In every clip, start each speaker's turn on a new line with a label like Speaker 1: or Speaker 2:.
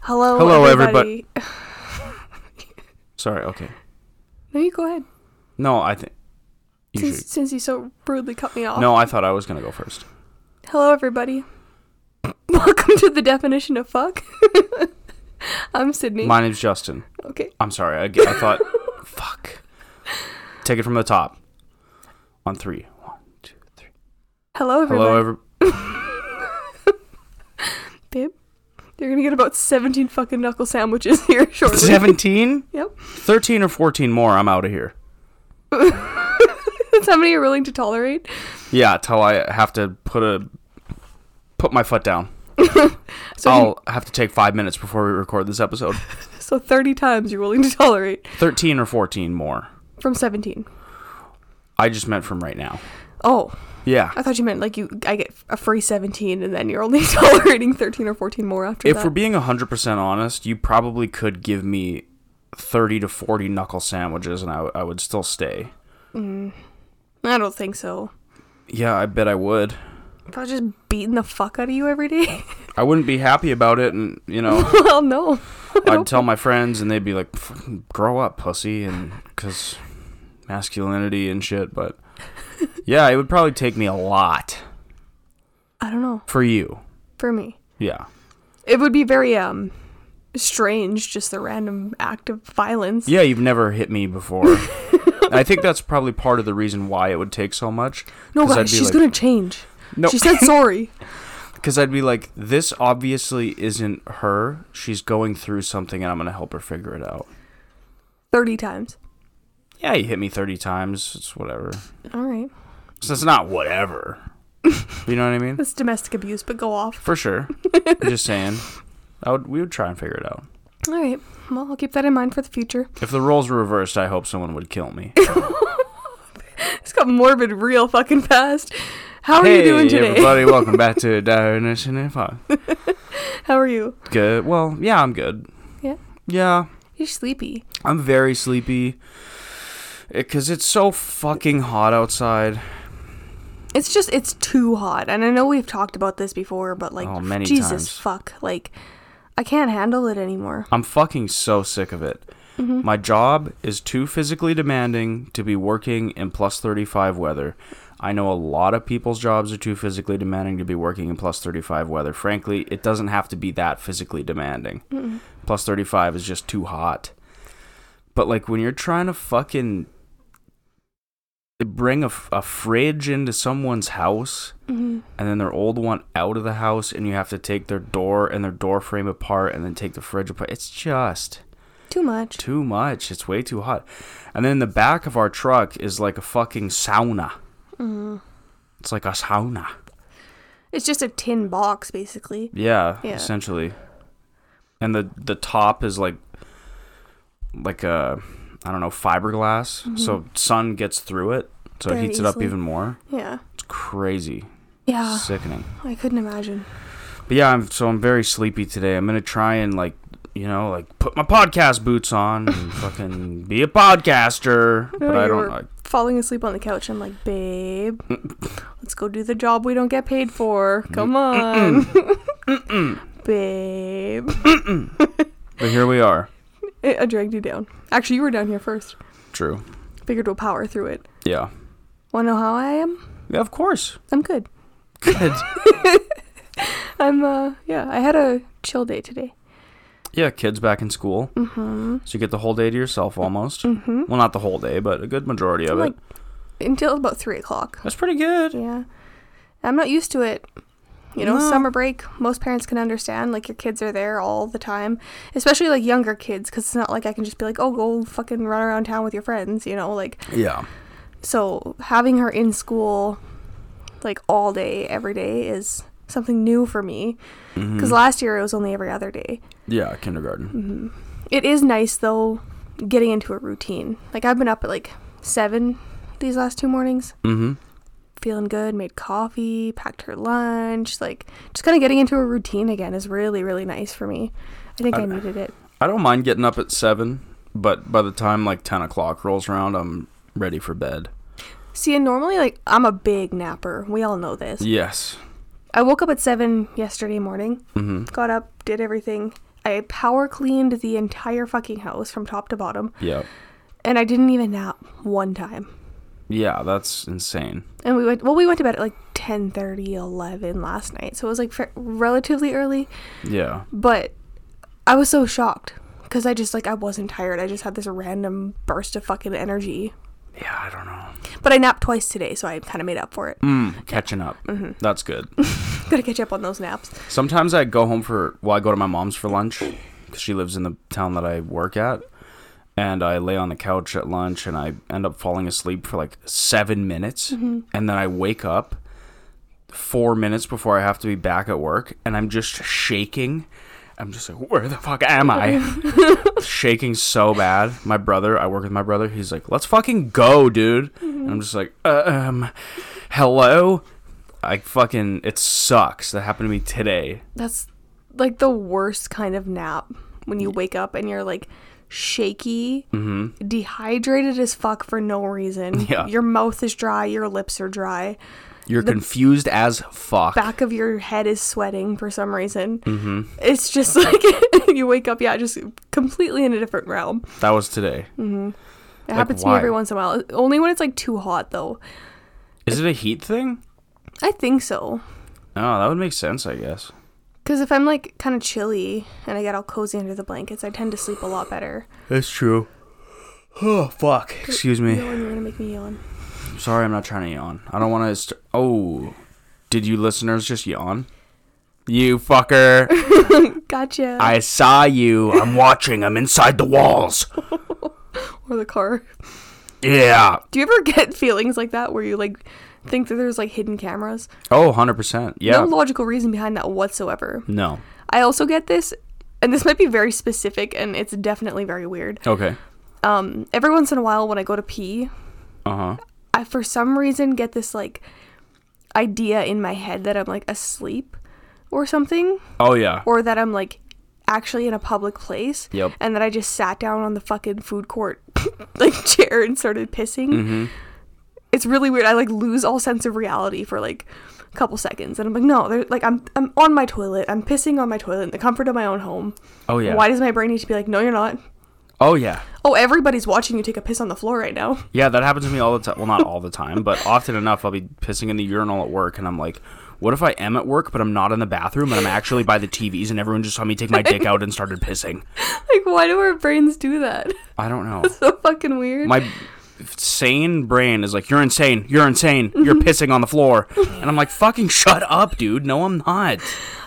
Speaker 1: Hello,
Speaker 2: Hello,
Speaker 1: everybody.
Speaker 2: Sorry. Okay.
Speaker 1: no, you go ahead.
Speaker 2: No, I think. you
Speaker 1: Since,
Speaker 2: should.
Speaker 1: since you so rudely cut me off.
Speaker 2: No, I thought I was gonna go first.
Speaker 1: Hello, everybody. Welcome to the definition of fuck. I'm Sydney.
Speaker 2: My name's Justin.
Speaker 1: okay.
Speaker 2: I'm sorry. I, I thought. fuck. Take it from the top. On three. One, two, three.
Speaker 1: Hello, everybody.
Speaker 2: Hello, every.
Speaker 1: Babe, you're gonna get about 17 fucking knuckle sandwiches here shortly.
Speaker 2: Seventeen.
Speaker 1: Yep.
Speaker 2: Thirteen or fourteen more. I'm out of here.
Speaker 1: That's how many you're willing to tolerate.
Speaker 2: Yeah, till I have to put a put my foot down.
Speaker 1: So,
Speaker 2: I'll have to take five minutes before we record this episode.
Speaker 1: so 30 times you're willing to tolerate
Speaker 2: Thirteen or fourteen more.
Speaker 1: from 17.
Speaker 2: I just meant from right now.
Speaker 1: Oh,
Speaker 2: Yeah.
Speaker 1: I thought you meant like you. I get a free 17, and then you're only tolerating 13 or 14 more after
Speaker 2: If
Speaker 1: that.
Speaker 2: we're being 100% honest, you probably could give me 30 to 40 knuckle sandwiches and I, I would still stay.
Speaker 1: Mm, I don't think so.
Speaker 2: Yeah, I bet I would.
Speaker 1: If I was just beating the fuck out of you every day,
Speaker 2: I wouldn't be happy about it and, you know,
Speaker 1: well, no.
Speaker 2: I'd tell my friends and they'd be like, "Fucking grow up, pussy, and because masculinity and shit. But yeah, it would probably take me a lot
Speaker 1: I don't know.
Speaker 2: for you.
Speaker 1: For me,
Speaker 2: Yeah.
Speaker 1: it would be very um strange, just the random act of violence.
Speaker 2: Yeah, you've never hit me before. I think that's probably part of the reason why it would take so much.
Speaker 1: no,
Speaker 2: 'cause
Speaker 1: guys,
Speaker 2: I'd be
Speaker 1: she's
Speaker 2: like-
Speaker 1: gonna change.
Speaker 2: No.
Speaker 1: She said sorry.
Speaker 2: Because I'd be like, this obviously isn't her. She's going through something and I'm going to help her figure it out.
Speaker 1: 30 times.
Speaker 2: Yeah, you hit me 30 times. It's whatever.
Speaker 1: All right.
Speaker 2: So it's not whatever. you know what I mean?
Speaker 1: That's domestic abuse, but go off.
Speaker 2: For sure. I'm just saying. I would, we would try and figure it out.
Speaker 1: All right. Well, I'll keep that in mind for the future.
Speaker 2: If the roles were reversed, I hope someone would kill me.
Speaker 1: It's got morbid real fucking fast. How are you doing today?
Speaker 2: everybody. Welcome back to Dionysian Info.
Speaker 1: How are you?
Speaker 2: Good. Well, yeah, I'm good.
Speaker 1: Yeah.
Speaker 2: Yeah.
Speaker 1: You're sleepy.
Speaker 2: I'm very sleepy. Because it's so fucking hot outside.
Speaker 1: It's just it's too hot, and I know we've talked about this before, but like
Speaker 2: Oh, many
Speaker 1: Jesus
Speaker 2: times.
Speaker 1: fuck, like I can't handle it anymore. Mm-hmm.
Speaker 2: I'm fucking so sick of it. My job is too physically demanding to be working in plus 35 weather. I know a lot of people's jobs are too physically demanding to be working in plus 35 weather. Frankly, it doesn't have to be that physically demanding. Plus 35 is just too hot. But like when you're trying to fucking bring a, f- a fridge into someone's house
Speaker 1: Mm-hmm.
Speaker 2: and then their old one out of the house and you have to take their door and their door frame apart and then take the fridge apart it's just
Speaker 1: Too much.
Speaker 2: too much it's way too hot and then the back of our truck is like a fucking sauna
Speaker 1: Mm-hmm.
Speaker 2: it's like a sauna
Speaker 1: It's just a tin box, basically.
Speaker 2: yeah,
Speaker 1: Yeah.
Speaker 2: essentially and the the top is like like a i don't know fiberglass so sun gets through it so it
Speaker 1: Mm-hmm. Very
Speaker 2: heats it up
Speaker 1: easily.
Speaker 2: even more
Speaker 1: Yeah.
Speaker 2: it's crazy
Speaker 1: Yeah.
Speaker 2: sickening
Speaker 1: I couldn't imagine.
Speaker 2: But yeah, I'm so I'm very sleepy today. I'm gonna try and like you know like put my podcast boots on and fucking be a podcaster. But I
Speaker 1: you
Speaker 2: don't.
Speaker 1: were
Speaker 2: Like,
Speaker 1: falling asleep on the couch. I'm like, babe, let's go do the job we don't get paid for. Come on, babe.
Speaker 2: but here we are.
Speaker 1: I I dragged you down. Actually, you were down here first.
Speaker 2: True.
Speaker 1: Figured we'll power through it.
Speaker 2: Yeah.
Speaker 1: Wanna know how I am?
Speaker 2: Yeah, of course.
Speaker 1: I'm good.
Speaker 2: Good.
Speaker 1: I'm uh yeah. I had a chill day today.
Speaker 2: yeah, kids back in school,
Speaker 1: Mm-hmm.
Speaker 2: so you get the whole day to yourself almost.
Speaker 1: Mm-hmm.
Speaker 2: Well, not the whole day, but a good majority of
Speaker 1: Like
Speaker 2: it.
Speaker 1: until about three o'clock.
Speaker 2: That's pretty good.
Speaker 1: Yeah, I'm not used to it. You know,
Speaker 2: No.
Speaker 1: summer break. Most parents can understand. Like your kids are there all the time, especially like younger kids, because it's not like I can just be like, oh, go fucking run around town with your friends. You know, like
Speaker 2: Yeah.
Speaker 1: so having her in school, like all day, every day is something new for me. Because
Speaker 2: Hmm.
Speaker 1: last year it was only every other day.
Speaker 2: Mm-hmm.
Speaker 1: Mm-hmm.
Speaker 2: Yeah, kindergarten.
Speaker 1: It is nice though getting into a routine. Like I've been up at like 7 these last two mornings,
Speaker 2: Mm-hmm.
Speaker 1: feeling good, made coffee, packed her lunch, like just kind of getting into a routine again is really really nice for me. I think I,
Speaker 2: I-
Speaker 1: needed it.
Speaker 2: I don't mind getting up at seven, but by the time like ten o'clock rolls around, I'm ready for bed.
Speaker 1: See, and normally like I'm a big napper. We all know this.
Speaker 2: Yes.
Speaker 1: I woke up at 7 yesterday morning,
Speaker 2: Mm-hmm.
Speaker 1: got up, did everything. I power cleaned the entire fucking house from top to bottom,
Speaker 2: Yeah.
Speaker 1: and I didn't even nap one time.
Speaker 2: Yeah, that's insane.
Speaker 1: And we went well, we went to bed at like 10:30, 11 last night, so it was like fa- relatively early.
Speaker 2: Yeah.
Speaker 1: But I was so shocked because I just like I wasn't tired. I just had this random burst of fucking energy.
Speaker 2: Yeah, I don't know.
Speaker 1: But I napped twice today, so I kind of made up for it.
Speaker 2: Mm, catching up. That's good.
Speaker 1: Gotta catch up on those naps.
Speaker 2: Sometimes I go home for, well, I go to my mom's for lunch 'cause she lives in the town that I work at. And I lay on the couch at lunch and I end up falling asleep for like seven minutes. And then I wake up four minutes before I have to be back at work and I'm just shaking. I'm just like, where the fuck am I? shaking so bad. My brother, I work with my brother. He's like, let's fucking go, dude. And I'm just like, uh, um, hello. I fucking it sucks. That happened to me today.
Speaker 1: That's like the worst kind of nap when you wake up and you're like shaky, dehydrated as fuck for no reason.
Speaker 2: Mm-hmm. Yeah.
Speaker 1: Your mouth is dry, your lips are dry,
Speaker 2: You're confused as fuck.
Speaker 1: back of your head is sweating for some reason. Mm-hmm. It's just like you wake up, yeah, just completely in a different realm.
Speaker 2: that was today.
Speaker 1: It happens to me
Speaker 2: why?
Speaker 1: every once in a while. Only when it's like too hot though.
Speaker 2: Is it a heat thing?
Speaker 1: I think so.
Speaker 2: Oh, that would make sense, I guess.
Speaker 1: Because if I'm like kind of chilly and I get all cozy under the blankets, I tend to sleep a lot better.
Speaker 2: That's true. Oh fuck. Excuse me.
Speaker 1: Yawn, you're gonna make me yawn.
Speaker 2: Sorry, I'm not trying to yawn. I don't want to. St- oh, did you listeners just yawn? You fucker!
Speaker 1: Gotcha.
Speaker 2: I saw you. I'm watching. I'm inside the walls.
Speaker 1: or the car.
Speaker 2: Yeah.
Speaker 1: Do you ever get feelings like that where you like think that there's like hidden cameras?
Speaker 2: Oh, 100 percent. Yeah.
Speaker 1: No logical reason behind that whatsoever.
Speaker 2: No.
Speaker 1: I also get this, and this might be very specific and it's definitely very weird.
Speaker 2: Okay.
Speaker 1: Um, every once in a while when I go to pee,
Speaker 2: Uh huh.
Speaker 1: I for some reason get this like idea in my head that I'm like asleep or something,
Speaker 2: Oh yeah.
Speaker 1: or that I'm like actually in a public place
Speaker 2: Yep.
Speaker 1: and that I just sat down on the fucking food court like chair and started pissing.
Speaker 2: Mm-hmm.
Speaker 1: It's really weird. I like lose all sense of reality for like a couple seconds, and I'm like, no, they're like I'm I'm on my toilet. I'm pissing on my toilet in the comfort of my own home.
Speaker 2: Oh yeah.
Speaker 1: Why does my brain need to be like, no, you're not?
Speaker 2: Oh yeah.
Speaker 1: Oh, everybody's watching you take a piss on the floor right now.
Speaker 2: Yeah, that happens to me all the time. Well, not all the time, but often enough, I'll be pissing in the urinal at work, and I'm like, what if I am at work, but I'm not in the bathroom, and I'm actually by the TVs, and everyone just saw me take my dick out and started pissing?
Speaker 1: Like, why do our brains do that?
Speaker 2: I don't know.
Speaker 1: so fucking weird.
Speaker 2: My sane brain is like, you're insane, you're insane, you're pissing on the floor. And I'm like, fucking shut up, dude. No, I'm not.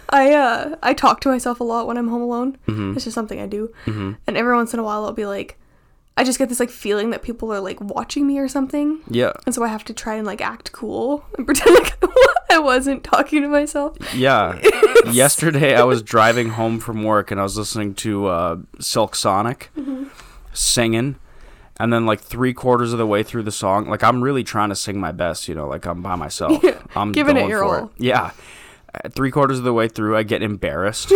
Speaker 1: I uh I talk to myself a lot when I'm home alone.
Speaker 2: Mm-hmm.
Speaker 1: It's just something I do. And every once in a while I'll be like I just get this like feeling that people are like watching me or something.
Speaker 2: Yeah.
Speaker 1: And so I have to try and like act cool and pretend like I wasn't talking to myself.
Speaker 2: Yeah. Yesterday, I was driving home from work and I was listening to uh, Silk Sonic
Speaker 1: Mm-hmm.
Speaker 2: singing. And then, like, three quarters of the way through the song, like, I'm really trying to sing my best, you know, like, I'm by myself. I'm
Speaker 1: Giving it your
Speaker 2: for
Speaker 1: all.
Speaker 2: Yeah. Uh, Three quarters of the way through, I get embarrassed.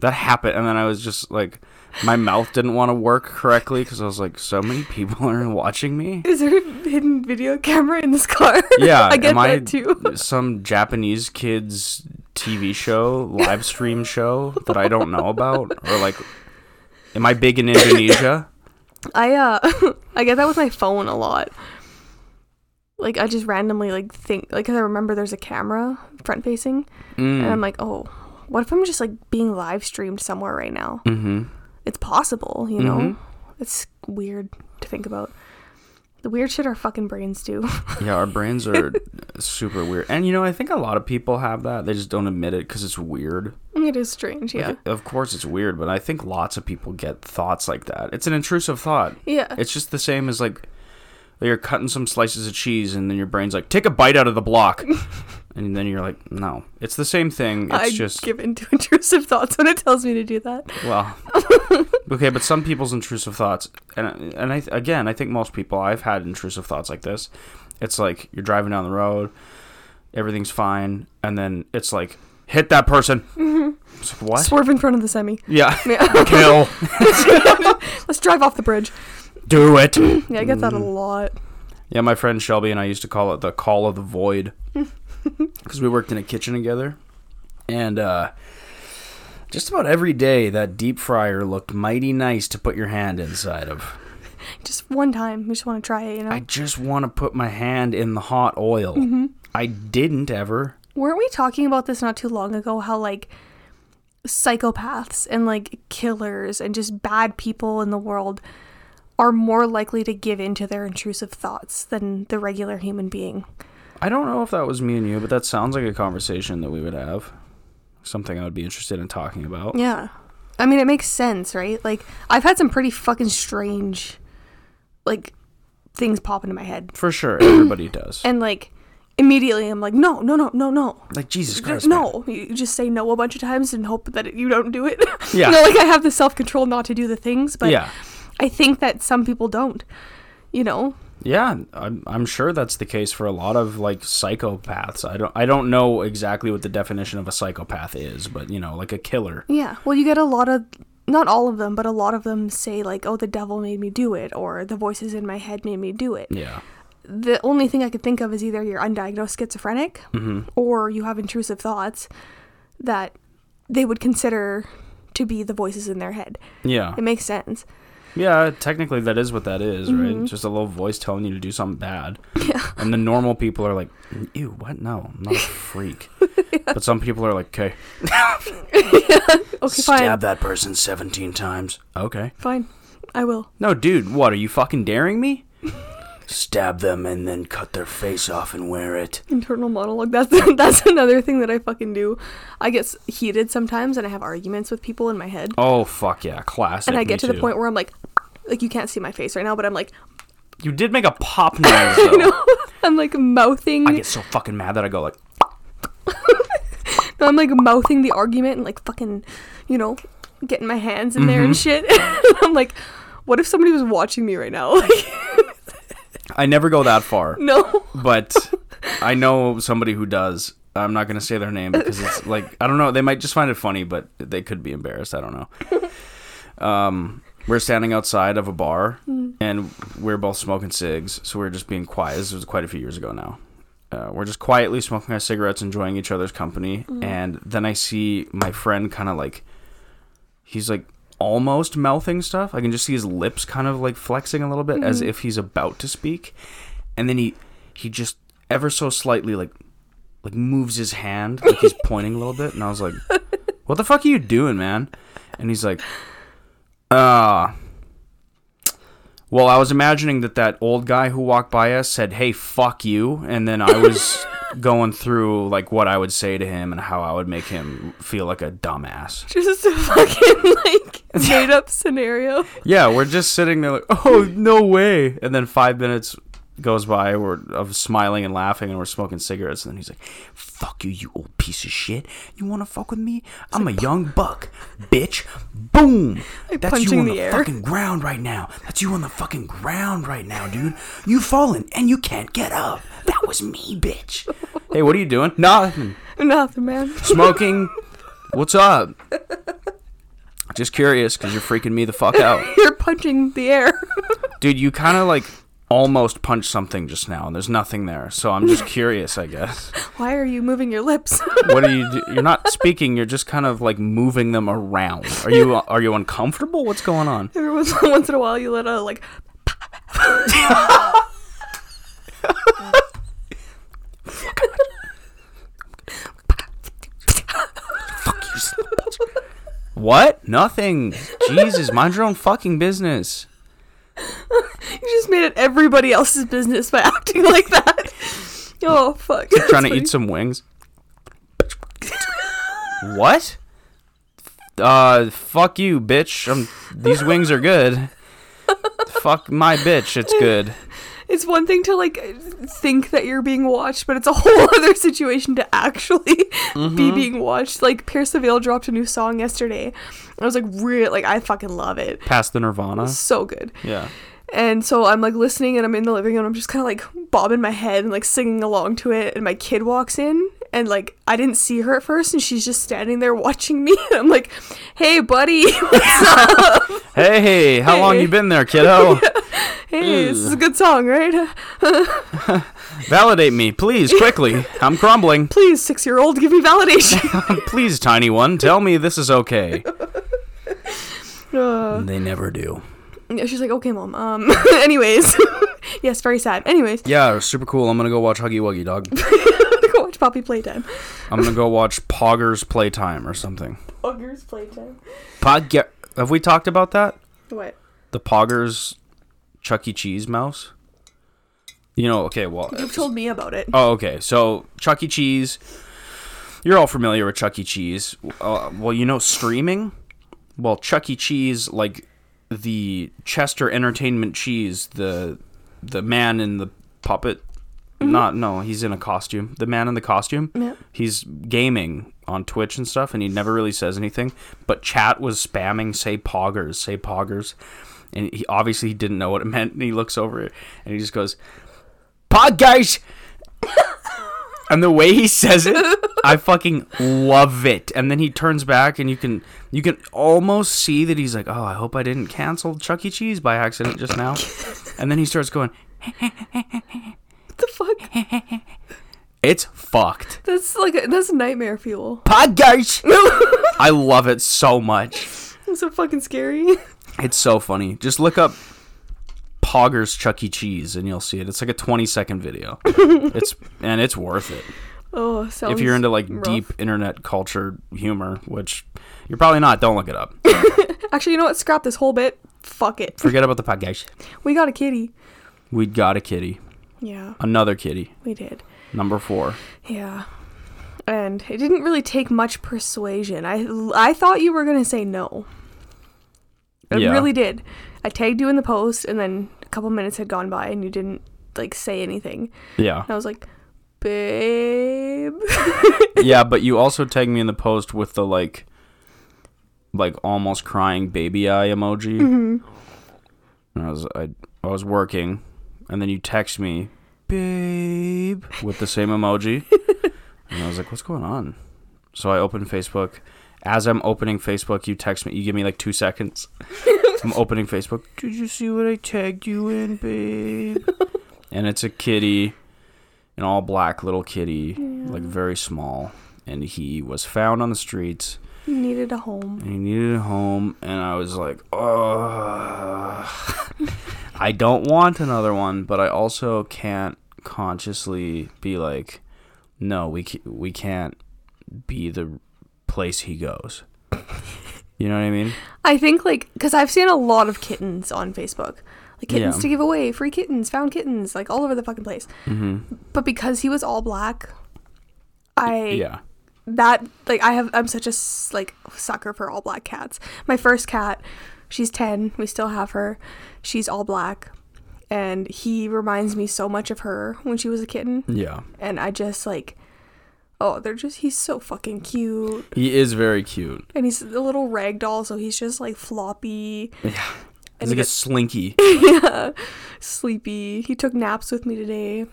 Speaker 2: that happened. And then I was just like, my mouth didn't want to work correctly because I was like, so many people are watching me.
Speaker 1: Is there a hidden video camera in this car?
Speaker 2: Yeah,
Speaker 1: I get
Speaker 2: am I
Speaker 1: that too.
Speaker 2: some Japanese kids TV show, live stream show that I don't know about, or like, am I big in Indonesia?
Speaker 1: I uh I get that with my phone a lot. Like I just randomly like think like 'cause I remember there's a camera front facing and
Speaker 2: Mm.
Speaker 1: I'm like, "Oh, what if I'm just like being live streamed somewhere right now?"
Speaker 2: Mm-hmm.
Speaker 1: It's possible, you know? It's weird to think about. The weird shit our fucking brains do.
Speaker 2: Yeah, our brains are super weird, and you know, I think a lot of people have that. They just don't admit it because it's weird.
Speaker 1: it is strange, yeah.
Speaker 2: Of course, it's weird, but I think lots of people get thoughts like that. It's an intrusive thought.
Speaker 1: Yeah.
Speaker 2: It's just the same as like you're cutting some slices of cheese and then your brain's like, take a bite out of the block. and then you're like, no. It's the same thing. It's
Speaker 1: I
Speaker 2: just
Speaker 1: give in to intrusive thoughts when it tells me to do that.
Speaker 2: well Okay, but some people's intrusive thoughts and and I again, I think most people I've had intrusive thoughts like this. It's like you're driving down the road, everything's fine, and then it's like hit that person. It's like, what?
Speaker 1: Swerve in front of the semi.
Speaker 2: yeah.
Speaker 1: Yeah.
Speaker 2: Kill.
Speaker 1: Let's drive off the bridge.
Speaker 2: Do it.
Speaker 1: Yeah, I get that a
Speaker 2: Mm.
Speaker 1: lot.
Speaker 2: Yeah, my friend Shelby and I used to call it the call of the void because we worked in a kitchen together, and uh, Just about every day, that deep fryer looked mighty nice to put your hand inside of.
Speaker 1: Just one time, you just want to try it, you know.
Speaker 2: I just want to put my hand in the hot oil.
Speaker 1: Mm-hmm.
Speaker 2: I didn't ever.
Speaker 1: Weren't we talking about this not too long ago? How like psychopaths and like killers and just bad people in the world are more likely to give in to their intrusive thoughts than the regular human being.
Speaker 2: I don't know if that was me and you, but that sounds like a conversation that we would have. Something I would be interested in talking about.
Speaker 1: Yeah. I mean, it makes sense, right? Like, I've had some pretty fucking strange, like, things pop into my head.
Speaker 2: For sure, everybody does.
Speaker 1: And, like, immediately I'm like, no, no, no, no, no.
Speaker 2: like Jesus Christ.
Speaker 1: Just- No. You you just say no a bunch of times and hope that you don't do it.
Speaker 2: Yeah.
Speaker 1: you know, like, I have the self control not to do the things, but
Speaker 2: man. Yeah.
Speaker 1: I think that some people don't, you know?
Speaker 2: Yeah, I'm, I'm sure that's the case for a lot of like psychopaths. I don't I don't know exactly what the definition of a psychopath is, but you know, like a killer.
Speaker 1: Yeah. Well, you get a lot of not all of them, but a lot of them say like, "Oh, the devil made me do it," or "The voices in my head made me do it."
Speaker 2: Yeah.
Speaker 1: The only thing I could think of is either you're undiagnosed schizophrenic or you have intrusive thoughts that they would consider to be the voices in their head.
Speaker 2: Yeah.
Speaker 1: It makes sense.
Speaker 2: Yeah, technically that is what that is, right?
Speaker 1: Mm-hmm.
Speaker 2: It's Just a little voice telling you to do something bad. Yeah. And the normal people are like, "Ew, what? No, I'm not a freak." But some people are like, "Okay,
Speaker 1: Okay,
Speaker 2: stab that person 17 times." Okay.
Speaker 1: fine. Fine. I will.
Speaker 2: No, dude, what? Are you fucking daring me? stab them and then cut their face off and wear it.
Speaker 1: internal monologue that's that's another thing that i fucking do i get s- heated sometimes and i have arguments with people in my head
Speaker 2: Oh fuck yeah, classic.
Speaker 1: and i
Speaker 2: me
Speaker 1: get to
Speaker 2: too.
Speaker 1: the point where i'm like like you can't see my face right now but i'm like
Speaker 2: You did make a pop noise though. I,
Speaker 1: i'm like mouthing
Speaker 2: get so fucking mad that I go like,
Speaker 1: i'm like mouthing the argument and like fucking you know getting my hands in there and
Speaker 2: Mm-hmm.
Speaker 1: shit i'm like what if somebody was watching me right now like
Speaker 2: I never go that far,
Speaker 1: no
Speaker 2: but I know somebody who does. I'm not gonna say their name because it's like I don't know. They might just find it funny, but they could be embarrassed. I don't know. Um, we're standing outside of a bar, and we're both smoking cigs, so we're just being quiet. This was quite a few years ago now. Uh, we're just quietly smoking our cigarettes, enjoying each other's company, and then I see my friend kind of like he's like almost mouthing stuff. I can just see his lips kind of like flexing a little bit as if he's about to speak. And then he he just ever so slightly like like moves his hand like he's pointing a little bit and I was like, "What the fuck are you doing, man?" And he's like, "Ah, well, I was imagining that that old guy who walked by us said, "Hey, fuck you," and then I was going through like what I would say to him and how I would make him feel like a dumbass.
Speaker 1: just a fucking like made up scenario
Speaker 2: Yeah, we're just sitting there like, oh no way! And then five minutes goes by, we're of smiling and laughing, and we're smoking cigarettes. And then he's like, "Fuck you, you old piece of shit! You want to fuck with me? I'm a young buck, bitch! Boom! That's you
Speaker 1: punching
Speaker 2: on
Speaker 1: the
Speaker 2: the,
Speaker 1: air.
Speaker 2: fucking ground right now. That's you on the fucking ground right now, dude. You've fallen and you can't get up. That was me, bitch. hey, what are you doing? Nothing
Speaker 1: nothing man
Speaker 2: smoking. What's up? Just curious because you're freaking me the fuck out."
Speaker 1: you're punching the air
Speaker 2: Dude, you kind of like almost punched something just now, and there's nothing there. So I'm just curious, I guess.
Speaker 1: why are you moving your lips
Speaker 2: What are you? Do- you're not speaking. You're just kind of like moving them around. Are you? Are you uncomfortable? What's going on?
Speaker 1: Every once, once in a while, you let out like,
Speaker 2: What? Nothing. Jesus, mind your own fucking business.
Speaker 1: you just made it everybody else's business by acting like that. Oh fuck!
Speaker 2: Trying to eat some wings. What? Uh, fuck you, bitch. Um these wings are good. Fuck my bitch. It's good.
Speaker 1: It's one thing to like think that you're being watched, but it's a whole other situation to actually be being watched. Like Pierce the Veil dropped a new song yesterday. I was like, real, like I fucking love it.
Speaker 2: Past the Nirvana.
Speaker 1: So good.
Speaker 2: Yeah.
Speaker 1: And so I'm like listening and I'm in the living room and I'm just kind of like bobbing my head and like singing along to it. And my kid walks in and like I didn't see her at first and she's just standing there watching me. And I'm like, hey, buddy,
Speaker 2: Hey, how long
Speaker 1: Hey.
Speaker 2: you been there, kiddo?
Speaker 1: Hey, this is a good song, right?
Speaker 2: Validate me, please, quickly. I'm crumbling.
Speaker 1: Please, six year old, give me validation.
Speaker 2: Please, tiny one, tell me this is okay.
Speaker 1: Uh,
Speaker 2: They never do.
Speaker 1: yeah, she's like, okay, mom. Um, anyways, yes, very sad. Anyways,
Speaker 2: Yeah, super cool. I'm gonna go watch Huggy Wuggy Dog.
Speaker 1: go watch Poppy playtime.
Speaker 2: I'm gonna go watch Poggers Playtime or something.
Speaker 1: Ogre's playtime.
Speaker 2: Pogger. Have we talked about that?
Speaker 1: What?
Speaker 2: The Poggers Chuck E. Cheese mouse? You know, okay, well.
Speaker 1: You've told me about it.
Speaker 2: Oh, okay. So Chuck E. Cheese, you're all familiar with Chuck E. Cheese. Uh, well, you know streaming. Well, Chuck E. Cheese, like the Chester Entertainment Cheese, the the man in the puppet. Not no, he's in a costume. The man in the costume.
Speaker 1: Yeah.
Speaker 2: He's gaming on Twitch and stuff, and he never really says anything. But chat was spamming, "Say poggers, say poggers," and he obviously he didn't know what it meant. And he looks over it, and he just goes, "Poggers." and the way he says it i fucking love it and then he turns back and you can you can almost see that he's like oh i hope i didn't cancel chuck e cheese by accident just now and then he starts going
Speaker 1: What the fuck?
Speaker 2: it's fucked
Speaker 1: That's like a, that's nightmare fuel.
Speaker 2: podcast i love it so much
Speaker 1: It's so fucking scary.
Speaker 2: it's so funny just look up poggers chuck e cheese and you'll see it it's like a 20 second video it's and it's worth it
Speaker 1: Oh, sounds.
Speaker 2: if you're into like
Speaker 1: rough.
Speaker 2: deep internet culture humor which you're probably not don't look it up
Speaker 1: Actually, you know what? Scrap this whole bit. Fuck it.
Speaker 2: Forget about the podcast.
Speaker 1: We got a kitty.
Speaker 2: We got a kitty.
Speaker 1: Yeah,
Speaker 2: Another kitty.
Speaker 1: we did.
Speaker 2: Number four.
Speaker 1: Yeah. And it didn't really take much persuasion. I I thought you were gonna say no. It
Speaker 2: Yeah.
Speaker 1: really did. I tagged you in the post, and then a couple minutes had gone by, and you didn't like say anything.
Speaker 2: Yeah.
Speaker 1: And I was like, babe.
Speaker 2: yeah, but you also tagged me in the post with the like like almost crying baby eye emoji. And I was I, I was working and then you text me, babe, with the same emoji. and I was like, what's going on? So I opened Facebook. As I'm opening Facebook, you text me. You give me like two seconds. I'm opening Facebook. Did you see what I tagged you in, babe? and it's a kitty, an all black little kitty, like very small. And he was found on the streets
Speaker 1: you needed a home.
Speaker 2: and he needed a home. And I was like, oh, I don't want another one, but I also can't consciously be like, no, we, ca- we can't be the place he goes. You know what I mean?
Speaker 1: I think like because I've seen a lot of kittens on Facebook, like kittens
Speaker 2: Yeah.
Speaker 1: to give away, free kittens, found kittens, like all over the fucking place.
Speaker 2: Mm-hmm.
Speaker 1: But because he was all black, I
Speaker 2: Yeah.
Speaker 1: that like I have I'm such a s- like sucker for all black cats. My first cat, she's 10, we still have her. She's all black and he reminds me so much of her when she was a kitten
Speaker 2: Yeah.
Speaker 1: and I just like oh, they're just he's so fucking cute.
Speaker 2: He is very cute.
Speaker 1: And he's a little rag doll, so he's just like floppy,
Speaker 2: Yeah.
Speaker 1: And
Speaker 2: He's
Speaker 1: he
Speaker 2: like a
Speaker 1: gets-
Speaker 2: slinky.
Speaker 1: sleepy. He took naps with me today.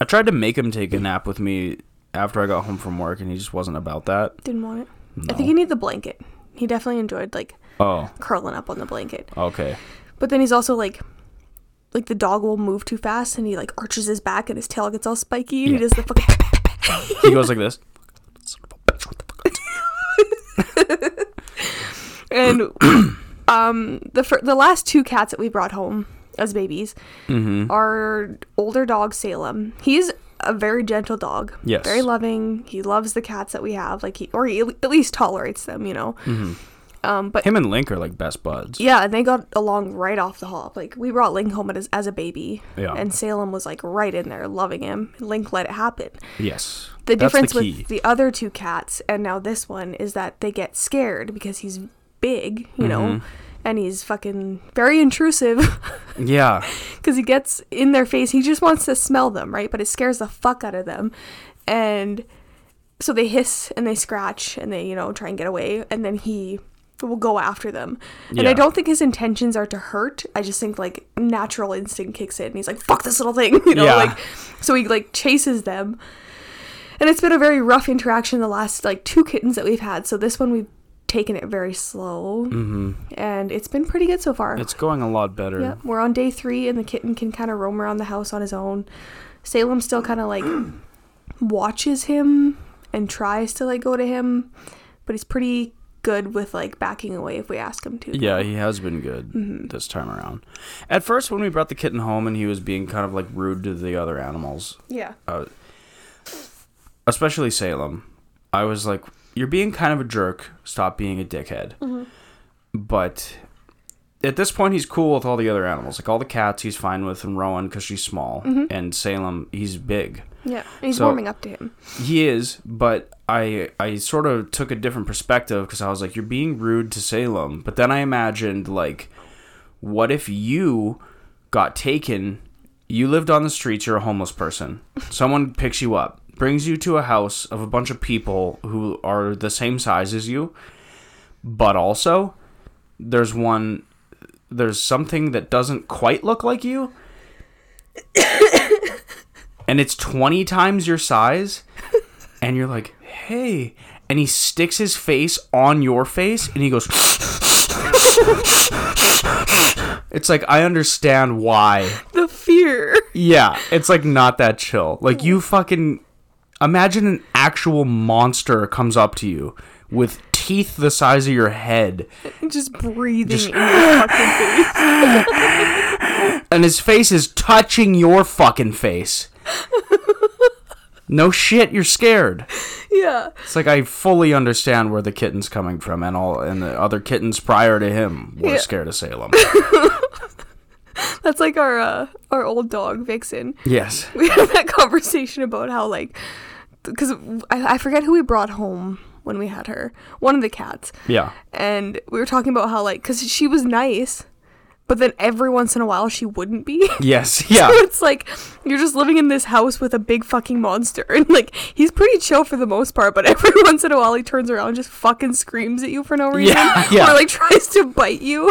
Speaker 2: I tried to make him take a nap with me after I got home from work, and he just wasn't about that.
Speaker 1: Didn't want it. I
Speaker 2: No.
Speaker 1: think he needed the blanket. He definitely enjoyed like
Speaker 2: Oh,
Speaker 1: curling up on the blanket.
Speaker 2: okay.
Speaker 1: But then he's also like, like the dog will move too fast, and he like arches his back, and his tail gets all spiky, and he
Speaker 2: Yeah.
Speaker 1: does the fucking.
Speaker 2: He goes like this.
Speaker 1: And um, the fir- the last two cats that we brought home as babies
Speaker 2: Mm-hmm.
Speaker 1: are older dog Salem. He's a very gentle dog.
Speaker 2: Yes.
Speaker 1: Very loving. He loves the cats that we have, like he or he at least tolerates them, you know.
Speaker 2: Mm-hmm.
Speaker 1: Um, but
Speaker 2: Him and Link are like best buds.
Speaker 1: Yeah, and they got along right off the hop. Like we brought Link home as, as a baby,
Speaker 2: Yeah.
Speaker 1: and Salem was like right in there, loving him. Link let it happen.
Speaker 2: Yes.
Speaker 1: The
Speaker 2: That's
Speaker 1: difference
Speaker 2: the key.
Speaker 1: with the other two cats and now this one is that they get scared because he's big, you know,
Speaker 2: Mm-hmm.
Speaker 1: and he's fucking very intrusive
Speaker 2: yeah.
Speaker 1: because he gets in their face. He just wants to smell them, right? But it scares the fuck out of them, and so they hiss and they scratch and they you know try and get away, and then he will go after them. And I
Speaker 2: Yeah.
Speaker 1: don't think his intentions are to hurt. I just think like natural instinct kicks in, and he's like, "Fuck this little thing," you know,
Speaker 2: Yeah.
Speaker 1: like so he like chases them. And it's been a very rough interaction the last like two kittens that we've had. So this one we've taken it very slow,
Speaker 2: hmm
Speaker 1: and it's been pretty good so far.
Speaker 2: It's going a lot better.
Speaker 1: Yeah, we're on day three, and the kitten can kind of roam around the house on his own. Salem still kind of like watches him and tries to like go to him, but he's pretty good with like backing away if we ask him to.
Speaker 2: Yeah, he has been good
Speaker 1: Mm-hmm.
Speaker 2: this time around. At first, when we brought the kitten home and he was being kind of like rude to the other animals,
Speaker 1: Yeah.
Speaker 2: uh, especially Salem, I was like, "You're being kind of a jerk. Stop being a dickhead."
Speaker 1: Mm-hmm.
Speaker 2: But at this point, he's cool with all the other animals. Like all the cats, he's fine with, and Rowan because she's small,
Speaker 1: Mm-hmm.
Speaker 2: and Salem, he's big.
Speaker 1: Yeah. And he's
Speaker 2: So-
Speaker 1: warming up to him.
Speaker 2: He is, but I I sort of took a different perspective because I was like, you're being rude to Salem. But then I imagined like, what if you got taken? You lived on the streets. You're a homeless person. Someone picks you up, brings you to a house of a bunch of people who are the same size as you, but also there's one there's something that doesn't quite look like you and it's 20 times your size and you're like hey and he sticks his face on your face and he goes it's like i understand why
Speaker 1: The fear.
Speaker 2: yeah it's like not that chill like you fucking imagine an actual monster comes up to you with teeth the size of your head
Speaker 1: Just breathing in your fucking face.
Speaker 2: and his face is touching your fucking face. no shit, you're scared.
Speaker 1: Yeah.
Speaker 2: It's like I fully understand where the kitten's coming from, and all and the other kittens prior to him were
Speaker 1: Yeah.
Speaker 2: scared of Salem.
Speaker 1: That's like our uh, our old dog Vixen.
Speaker 2: yes.
Speaker 1: we had that conversation about how like because I, I forget who we brought home when we had her one of the cats
Speaker 2: Yeah.
Speaker 1: and we were talking about how like because she was nice but then every once in a while she wouldn't be
Speaker 2: Yes. Yeah.
Speaker 1: it's like you're just living in this house with a big fucking monster and like he's pretty chill for the most part but every once in a while he turns around and just fucking screams at you for no reason
Speaker 2: Yeah, yeah.
Speaker 1: or like tries to bite you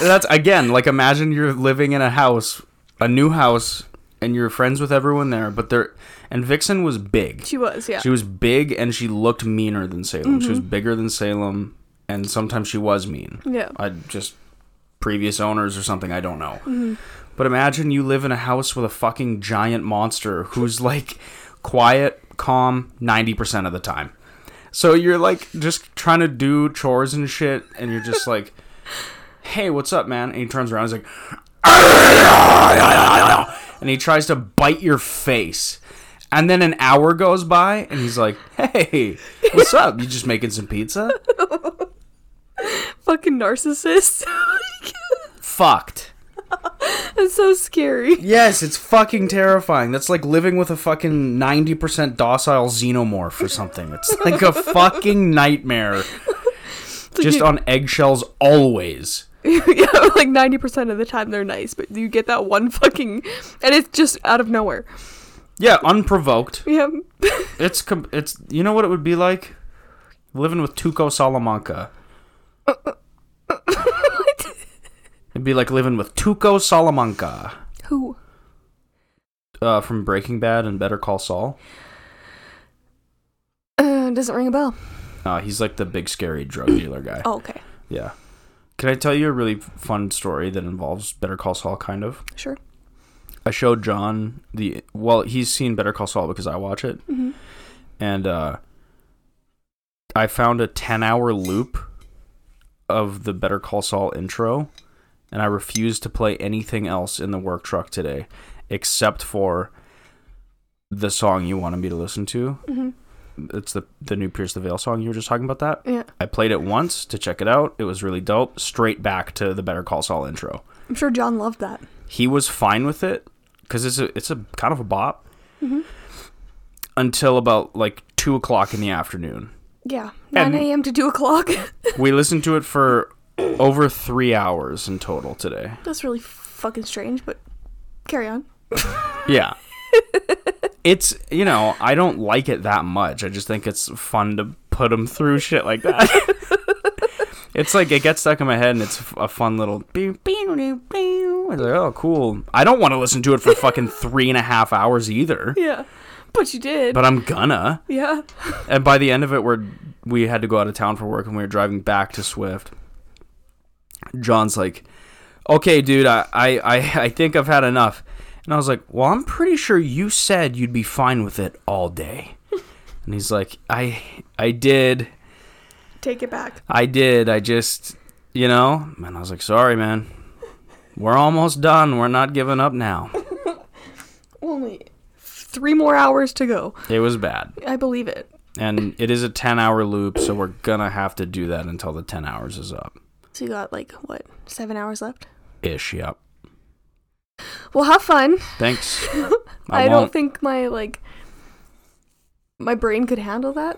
Speaker 2: That's again like imagine you're living in a house, a new house, and you're friends with everyone there, but they're and Vixen was big.
Speaker 1: she was yeah Mm-hmm.
Speaker 2: She was big and she looked meaner than Salem. She was bigger than Salem, and sometimes she was mean.
Speaker 1: Yeah.
Speaker 2: I just previous owners or something. I don't know. But imagine you live in a house with a fucking giant monster who's like quiet, calm, ninety percent of the time. So you're like just trying to do chores and shit, and you're just like, "Hey, what's up, man?" And he turns around, he's like, and he tries to bite your face. And then an hour goes by, and he's like, "Hey, what's up? You just making some pizza?"
Speaker 1: fucking narcissist
Speaker 2: Fucked.
Speaker 1: that's so scary
Speaker 2: Yes, it's fucking terrifying. That's like living with a fucking 90% docile xenomorph or something. It's like a fucking nightmare. Just on eggshells always.
Speaker 1: yeah, like 90% of the time they're nice, but you get that one fucking. And it's just out of nowhere.
Speaker 2: Yeah, unprovoked.
Speaker 1: Yeah.
Speaker 2: It's com- it's you know what it would be like living with Tuco Salamanca. It'd be like living with Tuco Salamanca
Speaker 1: Who?
Speaker 2: uh, from Breaking Bad and Better Call Saul.
Speaker 1: Uh, doesn't ring a bell.
Speaker 2: Uh, he's like the big scary drug dealer guy.
Speaker 1: Oh, okay.
Speaker 2: Yeah. Can I tell you a really fun story that involves Better Call Saul, kind of?
Speaker 1: Sure.
Speaker 2: I showed John the. Well, he's seen Better Call Saul because I watch it. And uh, I found a 10 hour loop of the Better Call Saul intro. And I refused to play anything else in the work truck today except for the song you wanted me to listen to. It's the, the new Pierce the Veil song. You were just talking about that?
Speaker 1: Yeah.
Speaker 2: I played it once to check it out. It was really dope. Straight back to the Better Call Saul intro.
Speaker 1: I'm sure John loved that.
Speaker 2: He was fine with it because it's a it's a kind of a bop. Until about like two o'clock in the afternoon,
Speaker 1: Yeah. 9
Speaker 2: And-
Speaker 1: a.m. to 2 o'clock.
Speaker 2: we listened to it for over three hours in total today.
Speaker 1: That's really fucking strange, but carry on.
Speaker 2: Yeah. It's you know I don't like it that much. I just think it's fun to put them through shit like that. it's like it gets stuck in my head, and it's f- a fun little. Beep, beep, beep, beep. It's like, oh, cool. I don't want to listen to it for fucking three and a half hours either.
Speaker 1: Yeah. but you did.
Speaker 2: but I'm gonna.
Speaker 1: yeah.
Speaker 2: And by the end of it, we're we had to go out of town for work, and we were driving back to Swift. John's like, "Okay, dude, I I I, I think I've had enough." And I was like, "Well, I'm pretty sure you said you'd be fine with it all day." and he's like, "I I did,
Speaker 1: Take it back.
Speaker 2: I did, I just, you know." And I was like, "Sorry, man. We're almost done. We're not giving up now."
Speaker 1: Only three more hours to go.
Speaker 2: It was bad.
Speaker 1: I believe it.
Speaker 2: And it is a 10-hour loop, so we're going to have to do that until the 10 hours is up.
Speaker 1: So you got like what seven hours left?
Speaker 2: Ish, yep.
Speaker 1: Well, have fun.
Speaker 2: Thanks.
Speaker 1: I,
Speaker 2: I,
Speaker 1: don't
Speaker 2: won't.
Speaker 1: think my like my brain could handle that.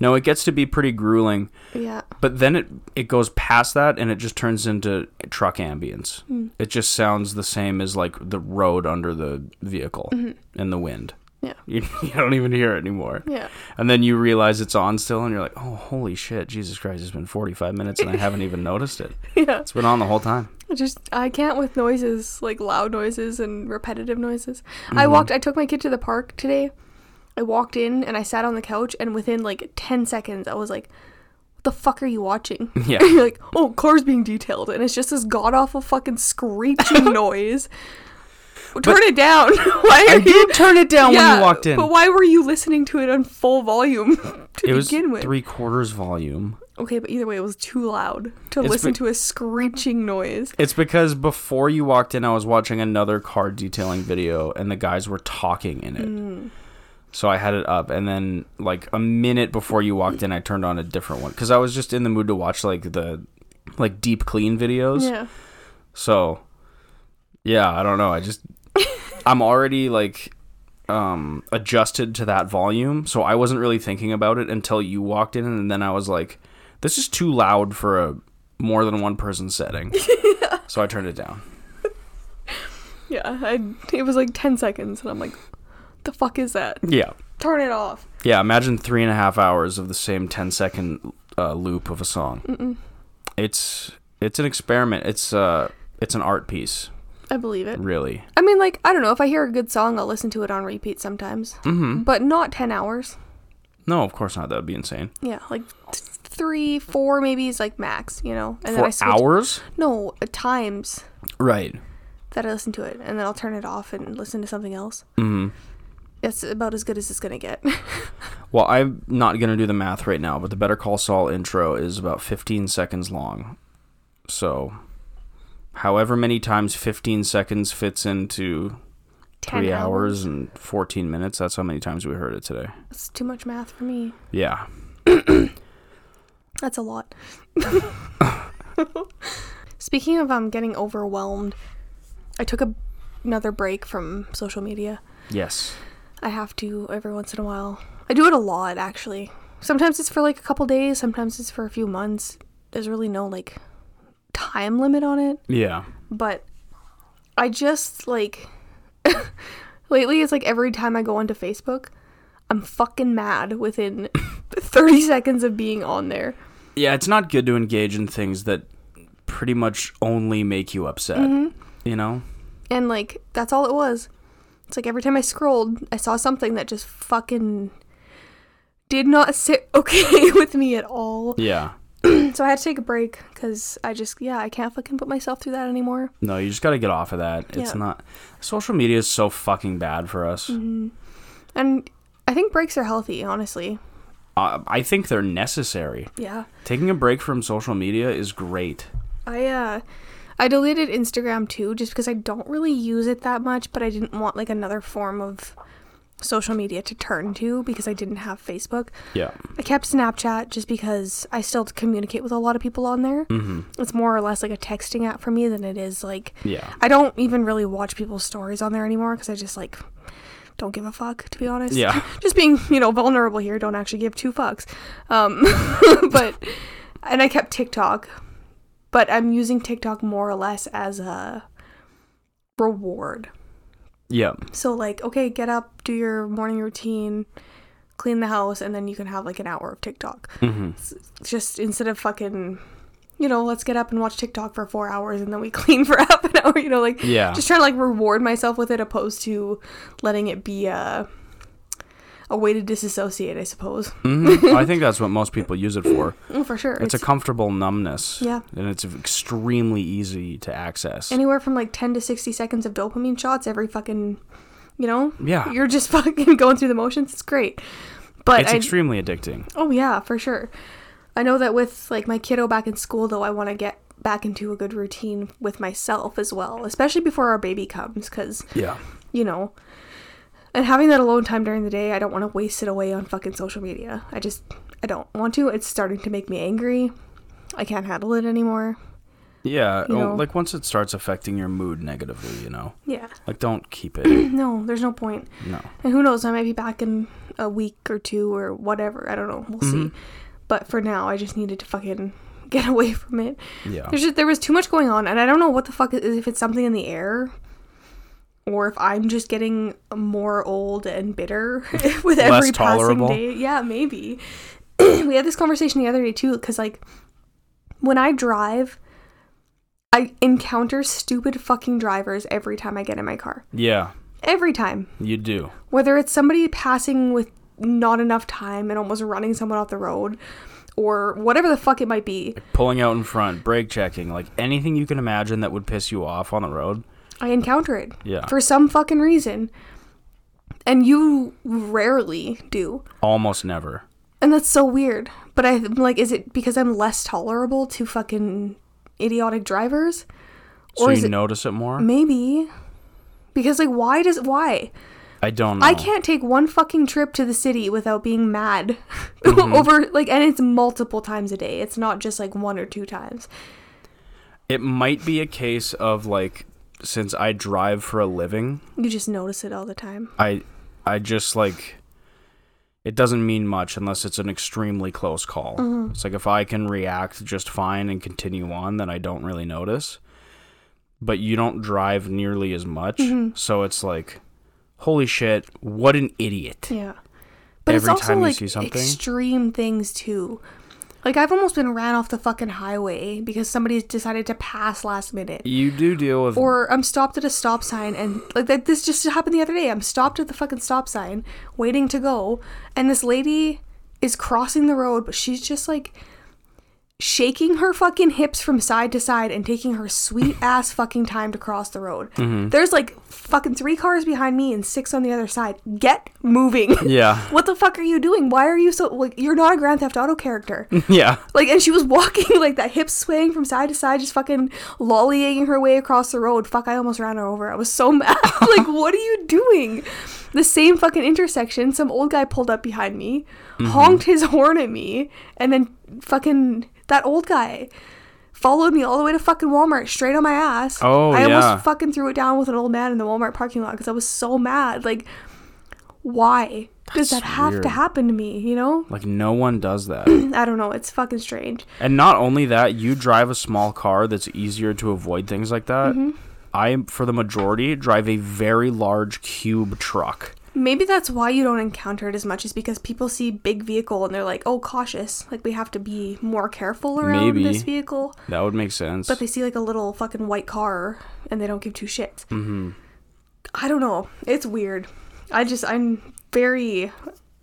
Speaker 2: no, it gets to be pretty grueling,
Speaker 1: Yeah.
Speaker 2: but then it it goes past that and it just turns into truck ambience.
Speaker 1: Hmm.
Speaker 2: It just sounds the same as like the road under the vehicle and the
Speaker 1: Mm-hmm.
Speaker 2: wind.
Speaker 1: Yeah.
Speaker 2: You, you don't even hear it anymore.
Speaker 1: Yeah.
Speaker 2: And then you realize it's on still and you're like, "Oh, holy shit. Jesus Christ, it's been 45 minutes and I haven't even noticed it.
Speaker 1: Yeah.
Speaker 2: It's been on the whole time."
Speaker 1: I just I can't with noises like loud noises and repetitive noises.
Speaker 2: Mm-hmm.
Speaker 1: I walked. I took my kid to the park today. I walked in and I sat on the couch, and within like ten seconds, I was like, "What the fuck are you watching?"
Speaker 2: Yeah.
Speaker 1: You're like, "Oh, car's being detailed," and it's just this god awful fucking screeching noise. Well, Turn it down. why are
Speaker 2: I
Speaker 1: you?
Speaker 2: did turn it down when
Speaker 1: Yeah,
Speaker 2: you walked in.
Speaker 1: But why were you listening to it on full volume to
Speaker 2: it was
Speaker 1: begin with?
Speaker 2: three quarters volume.
Speaker 1: Okay, but either way, it was too loud to
Speaker 2: It's
Speaker 1: listen
Speaker 2: be-
Speaker 1: to a screeching noise.
Speaker 2: It's because before you walked in, I was watching another car detailing video, and the guys were talking in it. So I had it up, and then like a minute before you walked in, I turned on a different one because I was just in the mood to watch like the like deep clean videos.
Speaker 1: Yeah.
Speaker 2: So yeah, I don't know. I just I'm already like um adjusted to that volume, so I wasn't really thinking about it until you walked in and then I was like this is too loud for a more than one person setting. So I turned it down.
Speaker 1: Yeah, I, it was like 10 seconds, and I'm like, the fuck is that?
Speaker 2: Yeah.
Speaker 1: Turn it off.
Speaker 2: Yeah, imagine three and a half hours of the same 10 second uh, loop of a song. It's it's an experiment. It's uh it's an art piece,
Speaker 1: I believe it.
Speaker 2: really.
Speaker 1: I mean, like, I don't know. If I hear a good song, I'll listen to it on repeat sometimes, mm-hmm. but not 10 hours.
Speaker 2: No, of course not. That would be insane.
Speaker 1: Yeah, like th- three, four, maybe is like max, you know? And
Speaker 2: For hours?
Speaker 1: No, uh, times
Speaker 2: Right.
Speaker 1: that I listen to it, and then I'll turn it off and listen to something else.
Speaker 2: Mhm.
Speaker 1: That's about as good as it's going to get.
Speaker 2: Well, I'm not going to do the math right now, but the Better Call Saul intro is about 15 seconds long. So, however many times 15 seconds fits into
Speaker 1: 10
Speaker 2: three hours and 14 minutes, that's how many times we heard it today.
Speaker 1: That's too much math for me.
Speaker 2: Yeah.
Speaker 1: That's a lot. Speaking of um, getting overwhelmed, I took a, another break from social media.
Speaker 2: Yes.
Speaker 1: I have to every once in a while. I do it a lot, actually. Sometimes it's for like a couple days, sometimes it's for a few months. There's really no like time limit on it,
Speaker 2: Yeah.
Speaker 1: but I just like. lately, it's like every time I go onto Facebook, I'm fucking mad within 30 seconds of being on there.
Speaker 2: Yeah, it's not good to engage in things that pretty much only make you upset. You know?
Speaker 1: And like that's all it was. It's like every time I scrolled, I saw something that just fucking did not sit okay with me at all.
Speaker 2: Yeah.
Speaker 1: So I had to take a break cuz I just yeah, I can't fucking put myself through that anymore.
Speaker 2: No, you just got to get off of that. It's
Speaker 1: Yeah.
Speaker 2: not. Social media is so fucking bad for us.
Speaker 1: And I think breaks are healthy, honestly.
Speaker 2: Uh, I think they're necessary.
Speaker 1: Yeah.
Speaker 2: Taking a break from social media is great.
Speaker 1: I uh I deleted Instagram too just because I don't really use it that much, but I didn't want like another form of social media to turn to because I didn't have Facebook.
Speaker 2: Yeah.
Speaker 1: I kept Snapchat just because I still communicate with a lot of people on there. Mm-hmm. It's more or less like a texting app for me than it is like.
Speaker 2: Yeah.
Speaker 1: I don't even really watch people's stories on there anymore because I just like don't give a fuck to be honest.
Speaker 2: Yeah.
Speaker 1: just being you know vulnerable here. Don't actually give two fucks. Um, but and I kept TikTok, but I'm using TikTok more or less as a reward.
Speaker 2: Yeah.
Speaker 1: So like, okay, get up, do your morning routine, clean the house, and then you can have like an hour of TikTok.
Speaker 2: Mm-hmm.
Speaker 1: S- Just instead of fucking, you know, let's get up and watch TikTok for four hours and then we clean for half an hour. You know, like
Speaker 2: Yeah.
Speaker 1: just trying to like reward myself with it, opposed to letting it be a a way to disassociate, I suppose.
Speaker 2: Mhm. I think that's what most people use it for.
Speaker 1: Oh, for sure.
Speaker 2: It's a comfortable numbness.
Speaker 1: Yeah.
Speaker 2: And it's extremely easy to access.
Speaker 1: anywhere from like 10 to 60 seconds of dopamine shots every fucking, you know?
Speaker 2: Yeah.
Speaker 1: You're just fucking going through the motions. It's great. But
Speaker 2: it's
Speaker 1: I,
Speaker 2: extremely addicting.
Speaker 1: oh yeah, for sure. I know that with like my kiddo back in school though, I want to get back into a good routine with myself as well, especially before our baby comes cuz
Speaker 2: Yeah.
Speaker 1: you know, and having that alone time during the day, I don't want to waste it away on fucking social media. I just, I don't want to. It's starting to make me angry. I can't handle it anymore.
Speaker 2: Yeah.
Speaker 1: You
Speaker 2: oh,
Speaker 1: know.
Speaker 2: Like once it starts affecting your mood negatively, you know,
Speaker 1: Yeah.
Speaker 2: like don't keep it.
Speaker 1: No, there's no point.
Speaker 2: no.
Speaker 1: And who knows? I might be back in a week or two or whatever. I don't know. We'll see. But for now, I just needed to fucking get away from it.
Speaker 2: Yeah.
Speaker 1: There's just, there was too much going on, and I don't know what the fuck it is if it's something in the air. Or if I'm just getting more old and bitter with every
Speaker 2: tolerable.
Speaker 1: passing day. Yeah, maybe. we had this conversation the other day too, because like when I drive, I encounter stupid fucking drivers every time I get in my car.
Speaker 2: Yeah.
Speaker 1: Every time
Speaker 2: You do.
Speaker 1: whether it's somebody passing with not enough time and almost running someone off the road or whatever the fuck it might be
Speaker 2: Pulling out in front, brake checking, like anything you can imagine that would piss you off on the road.
Speaker 1: i encounter it
Speaker 2: Yeah.
Speaker 1: for some fucking reason and you rarely do
Speaker 2: Almost never.
Speaker 1: and that's so weird but i'm like is it because i'm less tolerable to fucking idiotic drivers
Speaker 2: So
Speaker 1: Or is
Speaker 2: you
Speaker 1: it-
Speaker 2: notice it more?
Speaker 1: maybe because like why does why
Speaker 2: I don't know.
Speaker 1: I can't take one fucking trip to the city without being mad over like and it's multiple times a day. It's not just like one or two times.
Speaker 2: It might be a case of like since I drive for a living,
Speaker 1: You just notice it all the time.
Speaker 2: I I just like it doesn't mean much unless it's an extremely close call. It's like if I can react just fine and continue on, then I don't really notice. But you don't drive nearly as much, so it's like holy shit, what an idiot.
Speaker 1: Yeah. But it's
Speaker 2: Every
Speaker 1: also
Speaker 2: time you
Speaker 1: like
Speaker 2: see something?
Speaker 1: extreme things too. Like I've almost been ran off the fucking highway because somebody's decided to pass last minute.
Speaker 2: You do deal with
Speaker 1: Or I'm stopped at a stop sign and like that this just happened the other day. I'm stopped at the fucking stop sign waiting to go and this lady is crossing the road but she's just like shaking her fucking hips from side to side and taking her sweet ass fucking time to cross the road.
Speaker 2: Mm-hmm.
Speaker 1: There's like fucking three cars behind me and six on the other side. Get moving.
Speaker 2: Yeah.
Speaker 1: what the fuck are you doing? Why are you so like you're not a Grand Theft Auto character?
Speaker 2: Yeah.
Speaker 1: Like, and she was walking like that, hips swaying from side to side, just fucking lollying her way across the road. Fuck, I almost ran her over. I was so mad. like, what are you doing? The same fucking intersection, some old guy pulled up behind me,
Speaker 2: Mm-hmm.
Speaker 1: honked his horn at me, and then fucking that old guy followed me all the way to fucking Walmart, straight on my ass.
Speaker 2: Oh,
Speaker 1: I
Speaker 2: yeah.
Speaker 1: almost fucking threw it down with an old man in the Walmart parking lot because I was so mad. Like, why does that
Speaker 2: That's
Speaker 1: have
Speaker 2: weird.
Speaker 1: to happen to me? You know?
Speaker 2: Like no one does that.
Speaker 1: I don't know. It's fucking strange.
Speaker 2: and not only that, you drive a small car that's easier to avoid things like that.
Speaker 1: Mm-hmm.
Speaker 2: I for the majority drive a very large cube truck.
Speaker 1: Maybe that's why you don't encounter it as much, is because people see big vehicle and they're like, oh, cautious. Like, we have to be more careful around
Speaker 2: Maybe.
Speaker 1: this vehicle.
Speaker 2: That would make sense.
Speaker 1: But they see like a little fucking white car and they don't give two shits. Mm-hmm. I don't know. It's weird. I just, I'm very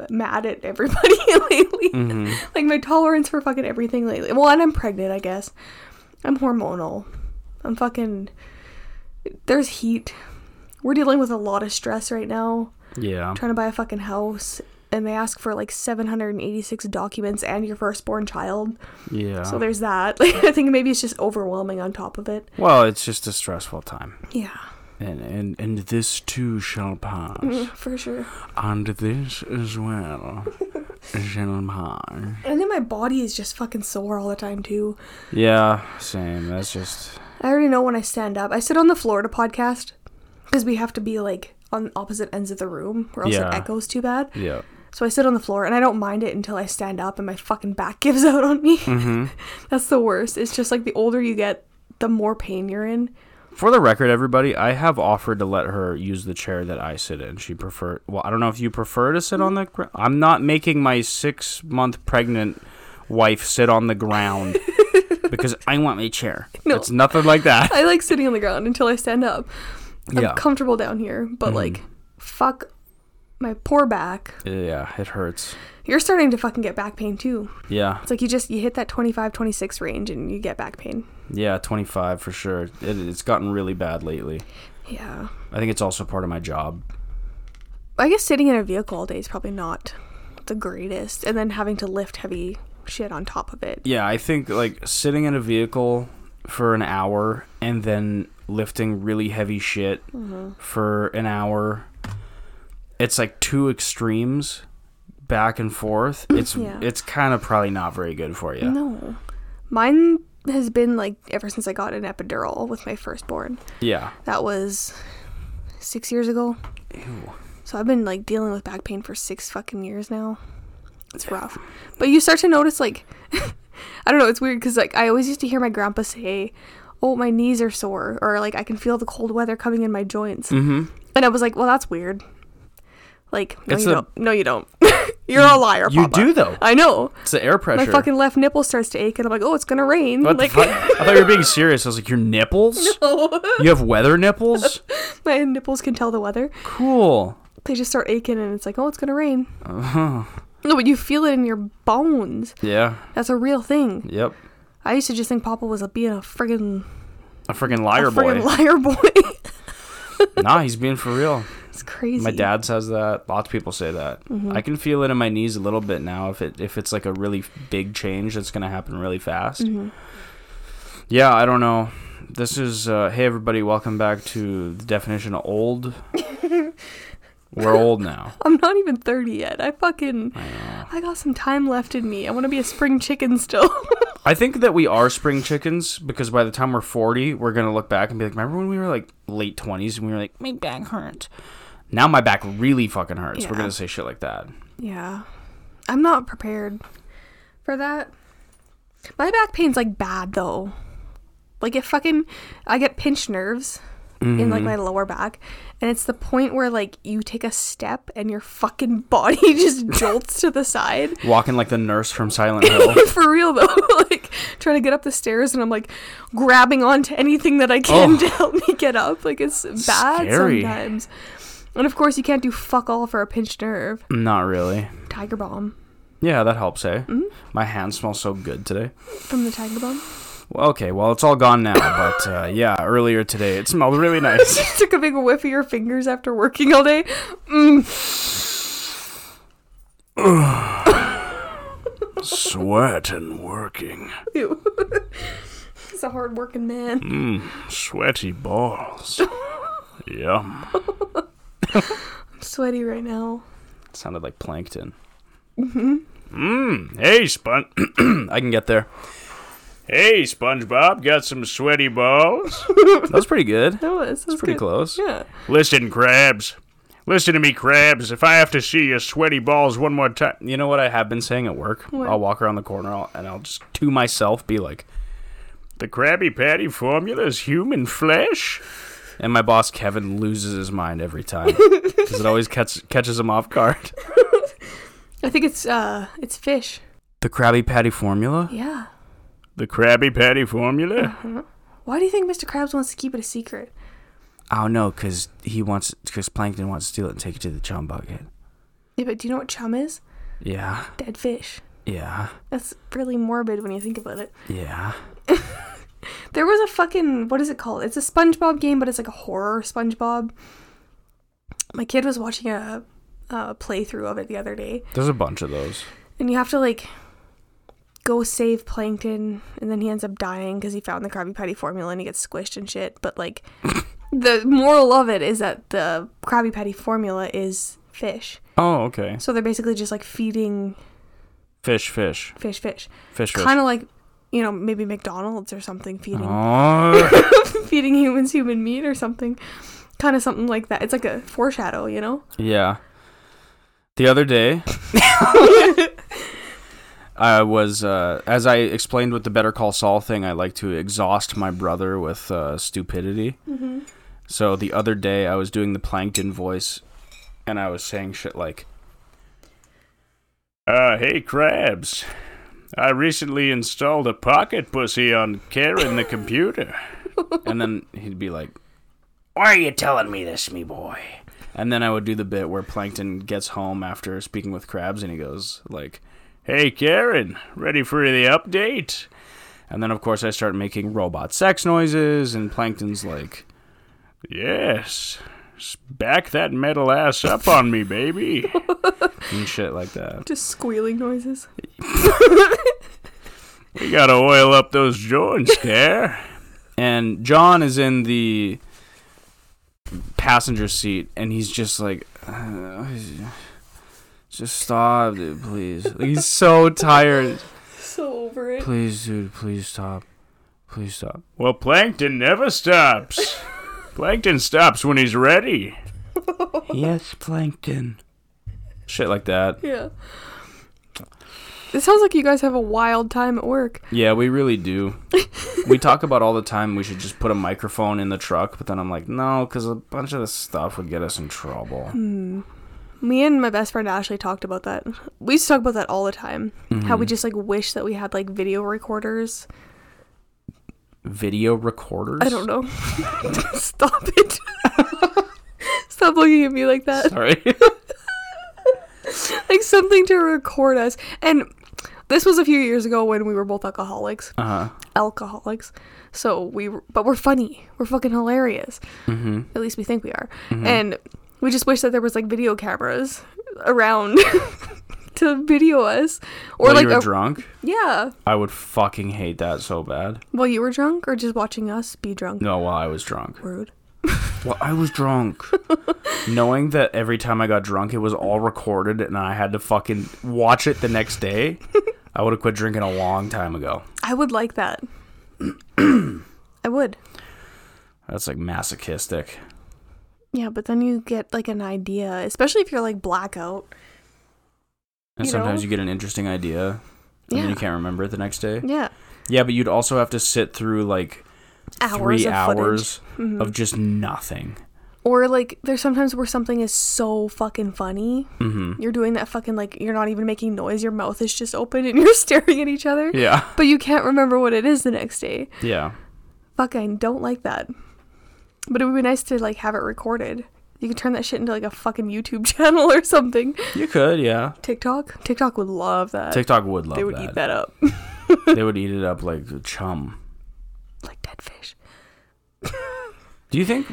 Speaker 1: mad at everybody lately. Like, my tolerance for fucking everything lately. Well, and I'm pregnant, I guess. I'm hormonal. I'm fucking. There's heat. We're dealing with a lot of stress right now
Speaker 2: yeah.
Speaker 1: trying to buy a fucking house and they ask for like 786 documents and your firstborn child.
Speaker 2: Yeah.
Speaker 1: So there's that. Like I think maybe it's just overwhelming on top of it.
Speaker 2: well, it's just a stressful time.
Speaker 1: Yeah,
Speaker 2: And and and this too shall pass.
Speaker 1: for sure.
Speaker 2: And this as well shall pass.
Speaker 1: And then my body is just fucking sore all the time too.
Speaker 2: Yeah, same. That's just
Speaker 1: I already know when I stand up. I sit on the floor to podcast because we have to be like on opposite ends of the room or else
Speaker 2: Yeah.
Speaker 1: it echoes too bad.
Speaker 2: yeah.
Speaker 1: So I sit on the floor and I don't mind it until I stand up and my fucking back gives out on me. That's the worst. It's just like the older you get, the more pain you're in.
Speaker 2: For the record, everybody, I have offered to let her use the chair that I sit in. She prefer. Well, I don't know if you prefer to sit on the. Gr- I'm not making my six month pregnant wife sit on the ground because I want my chair.
Speaker 1: No.
Speaker 2: It's nothing like that.
Speaker 1: I like sitting on the ground until I stand up. I'm
Speaker 2: Yeah.
Speaker 1: comfortable down here, but like, fuck my poor back.
Speaker 2: Yeah, it hurts.
Speaker 1: You're starting to fucking get back pain too.
Speaker 2: Yeah,
Speaker 1: It's like you just you hit that 25, 26 range and you get back pain.
Speaker 2: yeah, 25 for sure. It, it's gotten really bad lately.
Speaker 1: Yeah.
Speaker 2: I think it's also part of my job.
Speaker 1: I guess sitting in a vehicle all day is probably not the greatest, and then having to lift heavy shit on top of it.
Speaker 2: Yeah, I think like sitting in a vehicle for an hour and then lifting really heavy shit
Speaker 1: Mm-hmm.
Speaker 2: for an hour. It's like two extremes back and forth. It's
Speaker 1: Yeah.
Speaker 2: it's kind of probably not very good for you.
Speaker 1: No. Mine has been like ever since I got an epidural with my firstborn.
Speaker 2: Yeah.
Speaker 1: That was six years ago.
Speaker 2: Ew.
Speaker 1: So I've been like dealing with back pain for six fucking years now. It's rough. But you start to notice like I don't know, it's weird cuz like I always used to hear my grandpa say, "Oh, my knees are sore," or like I can feel the cold weather coming in my joints.
Speaker 2: Mhm.
Speaker 1: And I was like, "Well, that's weird." Like, no
Speaker 2: It's
Speaker 1: you
Speaker 2: a-
Speaker 1: don't. No you don't. You're a liar,
Speaker 2: You
Speaker 1: Papa.
Speaker 2: do though.
Speaker 1: I know.
Speaker 2: It's the air
Speaker 1: My
Speaker 2: pressure.
Speaker 1: fucking left nipple starts to ache and I'm like, "Oh, it's going to rain."
Speaker 2: what
Speaker 1: like
Speaker 2: the fuck? I thought you were being serious. I was like, your nipples? You have weather nipples?
Speaker 1: my nipples can tell the weather.
Speaker 2: Cool.
Speaker 1: They just start aching and it's like, "Oh, it's going to rain."
Speaker 2: Uh-huh.
Speaker 1: No, but you feel it in your bones.
Speaker 2: Yeah.
Speaker 1: That's a real thing.
Speaker 2: Yep.
Speaker 1: I used to just think Papa was a, being a friggin'
Speaker 2: A freaking
Speaker 1: a
Speaker 2: liar boy.
Speaker 1: friggin' liar boy.
Speaker 2: nah, he's being for real.
Speaker 1: it's crazy.
Speaker 2: My dad says that. Lots of people say that.
Speaker 1: Mm-hmm.
Speaker 2: I can feel it in my knees a little bit now. If it if it's like a really big change that's gonna happen really fast.
Speaker 1: Mm-hmm.
Speaker 2: Yeah, I don't know. This is uh, hey everybody, welcome back to the definition of old. We're old now.
Speaker 1: I'm not even 30 yet. I fucking.
Speaker 2: I know.
Speaker 1: I got some time left in me. I want to be a spring chicken still.
Speaker 2: I think that we are spring chickens because by the time we're forty, we're gonna look back and be like, remember when we were like late twenties and we were like, my back hurts. Now my back really fucking hurts. We're
Speaker 1: Yeah.
Speaker 2: gonna say shit like that.
Speaker 1: yeah. I'm not prepared for that. My back pain's like bad though. Like if fucking. I get pinched nerves
Speaker 2: Mm-hmm.
Speaker 1: in like my lower back. And it's the point where like you take a step and your fucking body just jolts to the side.
Speaker 2: Walking like the nurse from Silent Hill.
Speaker 1: for real though like trying to get up the stairs and i'm like grabbing onto anything that i can
Speaker 2: Oh.
Speaker 1: to help me get up like it's bad
Speaker 2: Scary.
Speaker 1: sometimes and of course you can't do fuck all for a pinched nerve
Speaker 2: Not really.
Speaker 1: tiger bomb
Speaker 2: Yeah, that helps, eh?
Speaker 1: Mm-hmm.
Speaker 2: My hand smells so good today.
Speaker 1: from the tiger bomb
Speaker 2: Well, okay, well, it's all gone now, but uh, yeah, earlier today it smelled really nice.
Speaker 1: took a big whiff of your fingers after working all day mm.
Speaker 2: Sweat and working.
Speaker 1: Ew. he's a hard working man
Speaker 2: Mmm, sweaty balls. Yum.
Speaker 1: i'm sweaty right now
Speaker 2: Sounded like plankton. Mm-hmm. Mmm, hey, Sponge. I can get there. Hey, SpongeBob, got some sweaty balls? that was pretty good.
Speaker 1: that was, that was
Speaker 2: Pretty
Speaker 1: good.
Speaker 2: close.
Speaker 1: yeah
Speaker 3: Listen, Krabs. Listen to me, Krabs. If I have to see your sweaty balls one more time.
Speaker 2: You know what I have been saying at work?
Speaker 1: What?
Speaker 2: I'll walk around the corner I'll, and I'll just to myself be like,
Speaker 3: The Krabby Patty formula is human flesh?
Speaker 2: and my boss Kevin loses his mind every time because it always catch, catches him off guard.
Speaker 1: i think it's uh it's fish
Speaker 2: The Krabby Patty formula?
Speaker 1: yeah
Speaker 3: The Krabby Patty formula?
Speaker 1: why do you think mr krabs wants to keep it a secret
Speaker 2: Oh no, because he wants because Plankton wants to steal it and take it to the chum bucket.
Speaker 1: yeah but do you know what chum is
Speaker 2: Yeah,
Speaker 1: dead fish
Speaker 2: yeah,
Speaker 1: That's really morbid when you think about it.
Speaker 2: yeah.
Speaker 1: There was a fucking what is it called? It's a SpongeBob game, but it's like a horror SpongeBob. My kid was watching a, a playthrough of it the other day,
Speaker 2: There's a bunch of those.
Speaker 1: and you have to like go save Plankton, and then he ends up dying because he found the Krabby Patty formula and he gets squished and shit. But like, the moral of it is that the Krabby Patty formula is fish,
Speaker 2: Oh, okay.
Speaker 1: so they're basically just like feeding
Speaker 2: Fish, fish,
Speaker 1: fish, fish,
Speaker 2: fish, fish.
Speaker 1: kind of like you know maybe McDonald's or something feeding
Speaker 2: Oh,
Speaker 1: feeding humans human meat or something. Kind of something like that. It's like a foreshadow, you know?
Speaker 2: yeah. The other day, I was uh, as I explained with the Better Call Saul thing. I like to exhaust my brother with uh, stupidity. So the other day, I was doing the Plankton voice, and I was saying shit like,
Speaker 3: Uh, hey, Krabs. I recently installed a pocket pussy on Karen the computer.
Speaker 2: and then he'd be like,
Speaker 3: Why are you telling me this, me boy?
Speaker 2: And then I would do the bit where Plankton gets home after speaking with Krabs and he goes, like, Hey, Karen, ready for the update? And then, of course, I start making robot sex noises, and Plankton's like,
Speaker 3: Yes. S- Back that metal ass up on me, baby.
Speaker 2: and shit like that.
Speaker 1: Just squealing noises.
Speaker 3: We gotta oil up those joints, there.
Speaker 2: And John is in the passenger seat, and he's just like, "Uh, Just stop, dude, please. Like, he's so tired.
Speaker 1: So over it.
Speaker 2: Please, dude, please stop. Please stop.
Speaker 3: Well, Plankton never stops. Plankton stops when he's ready.
Speaker 2: yes, Plankton. Shit like that.
Speaker 1: Yeah. It sounds like you guys have a wild time at work.
Speaker 2: Yeah, we really do. we talk about all the time we should just put a microphone in the truck, but then I'm like, no, because a bunch of this stuff would get us in trouble.
Speaker 1: Hmm. Me and my best friend Ashley talked about that. We used to talk about that all the time. How we just like wish that we had like video recorders.
Speaker 2: Mm-hmm. Video recorders?
Speaker 1: I don't know. Stop it. Stop looking at me like that.
Speaker 2: Sorry.
Speaker 1: Like something to record us. And this was a few years ago when we were both alcoholics.
Speaker 2: uh huh.
Speaker 1: alcoholics. So we, but we're funny. We're fucking hilarious.
Speaker 2: Mm-hmm.
Speaker 1: At least we think we are. And we just wish that there was like video cameras around to video us, or
Speaker 2: While
Speaker 1: like
Speaker 2: you were
Speaker 1: a-
Speaker 2: drunk?
Speaker 1: yeah,
Speaker 2: I would fucking hate that so bad.
Speaker 1: while you were drunk, or just watching us be drunk.
Speaker 2: No, while I was drunk.
Speaker 1: Rude.
Speaker 2: Well, I was drunk. Knowing that every time I got drunk, it was all recorded and I had to fucking watch it the next day, I would have quit drinking a long time ago.
Speaker 1: I would like that. I would.
Speaker 2: That's like masochistic.
Speaker 1: Yeah, but then you get like an idea, especially if you're like blackout.
Speaker 2: And
Speaker 1: You
Speaker 2: sometimes
Speaker 1: know?
Speaker 2: you get an interesting idea and
Speaker 1: Yeah.
Speaker 2: then you can't remember it the next day.
Speaker 1: Yeah.
Speaker 2: Yeah, but you'd also have to sit through like
Speaker 1: Hours
Speaker 2: three
Speaker 1: of footage. Mm-hmm.
Speaker 2: hours of just nothing.
Speaker 1: Or like there's sometimes where something is so fucking funny. Mm-hmm. You're doing that fucking like you're not even making noise. Your mouth is just open and you're staring at each other.
Speaker 2: Yeah.
Speaker 1: But you can't remember what it is the next day.
Speaker 2: Yeah.
Speaker 1: Fuck, I don't like that. But it would be nice to like have it recorded. You could turn that shit into like a fucking YouTube channel or something.
Speaker 2: You could, yeah.
Speaker 1: TikTok. TikTok would love that.
Speaker 2: TikTok would love
Speaker 1: they would
Speaker 2: that.
Speaker 1: eat that up
Speaker 2: They would eat it up like a chum.
Speaker 1: like dead fish.
Speaker 2: Do you think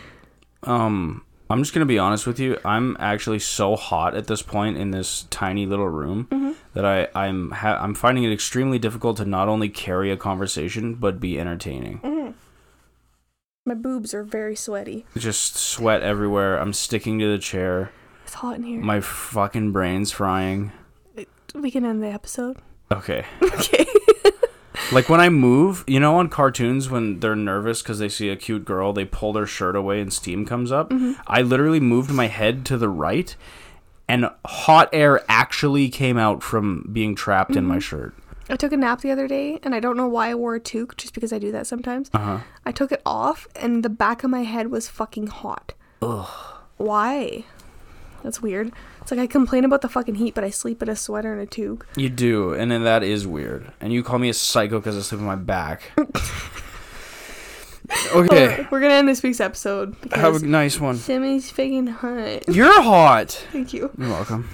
Speaker 2: um I'm just going to be honest with you. I'm actually so hot at this point in this tiny little room
Speaker 1: Mm-hmm.
Speaker 2: that I I'm ha- I'm finding it extremely difficult to not only carry a conversation but be entertaining.
Speaker 1: My boobs are very sweaty.
Speaker 2: Just sweat everywhere. I'm sticking to the chair.
Speaker 1: It's hot in here.
Speaker 2: My fucking brain's frying.
Speaker 1: we can end the episode.
Speaker 2: Okay.
Speaker 1: Okay.
Speaker 2: Like when I move, you know, on cartoons when they're nervous because they see a cute girl, they pull their shirt away and steam comes up. I literally moved my head to the right and hot air actually came out from being trapped in my shirt.
Speaker 1: I took a nap the other day, and I don't know why I wore a toque, just because I do that sometimes.
Speaker 2: Uh-huh.
Speaker 1: I took it off, and the back of my head was fucking hot. Ugh. Why? That's weird. It's like I complain about the fucking heat, but I sleep in a sweater and a toque.
Speaker 2: You do, and then that is weird. And you call me a psycho because I sleep on my back. okay.
Speaker 1: We're gonna end this week's episode
Speaker 2: Have
Speaker 1: because
Speaker 2: a nice one.
Speaker 1: Sammy's fucking hot.
Speaker 2: You're hot.
Speaker 1: Thank you.
Speaker 2: You're welcome.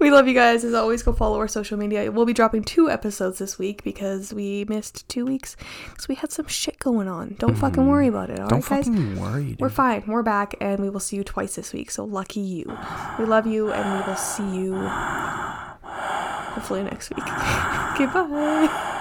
Speaker 1: We love you guys. As always, go follow our social media. We'll be dropping two episodes this week because we missed two weeks because we had some shit going on. Don't fucking worry about it. All right,
Speaker 2: Mm-hmm. Don't
Speaker 1: guys?
Speaker 2: fucking worry.
Speaker 1: We're
Speaker 2: Dude.
Speaker 1: fine. We're back, and we will see you twice this week. So lucky you. We love you, and we will see you hopefully next week. Goodbye.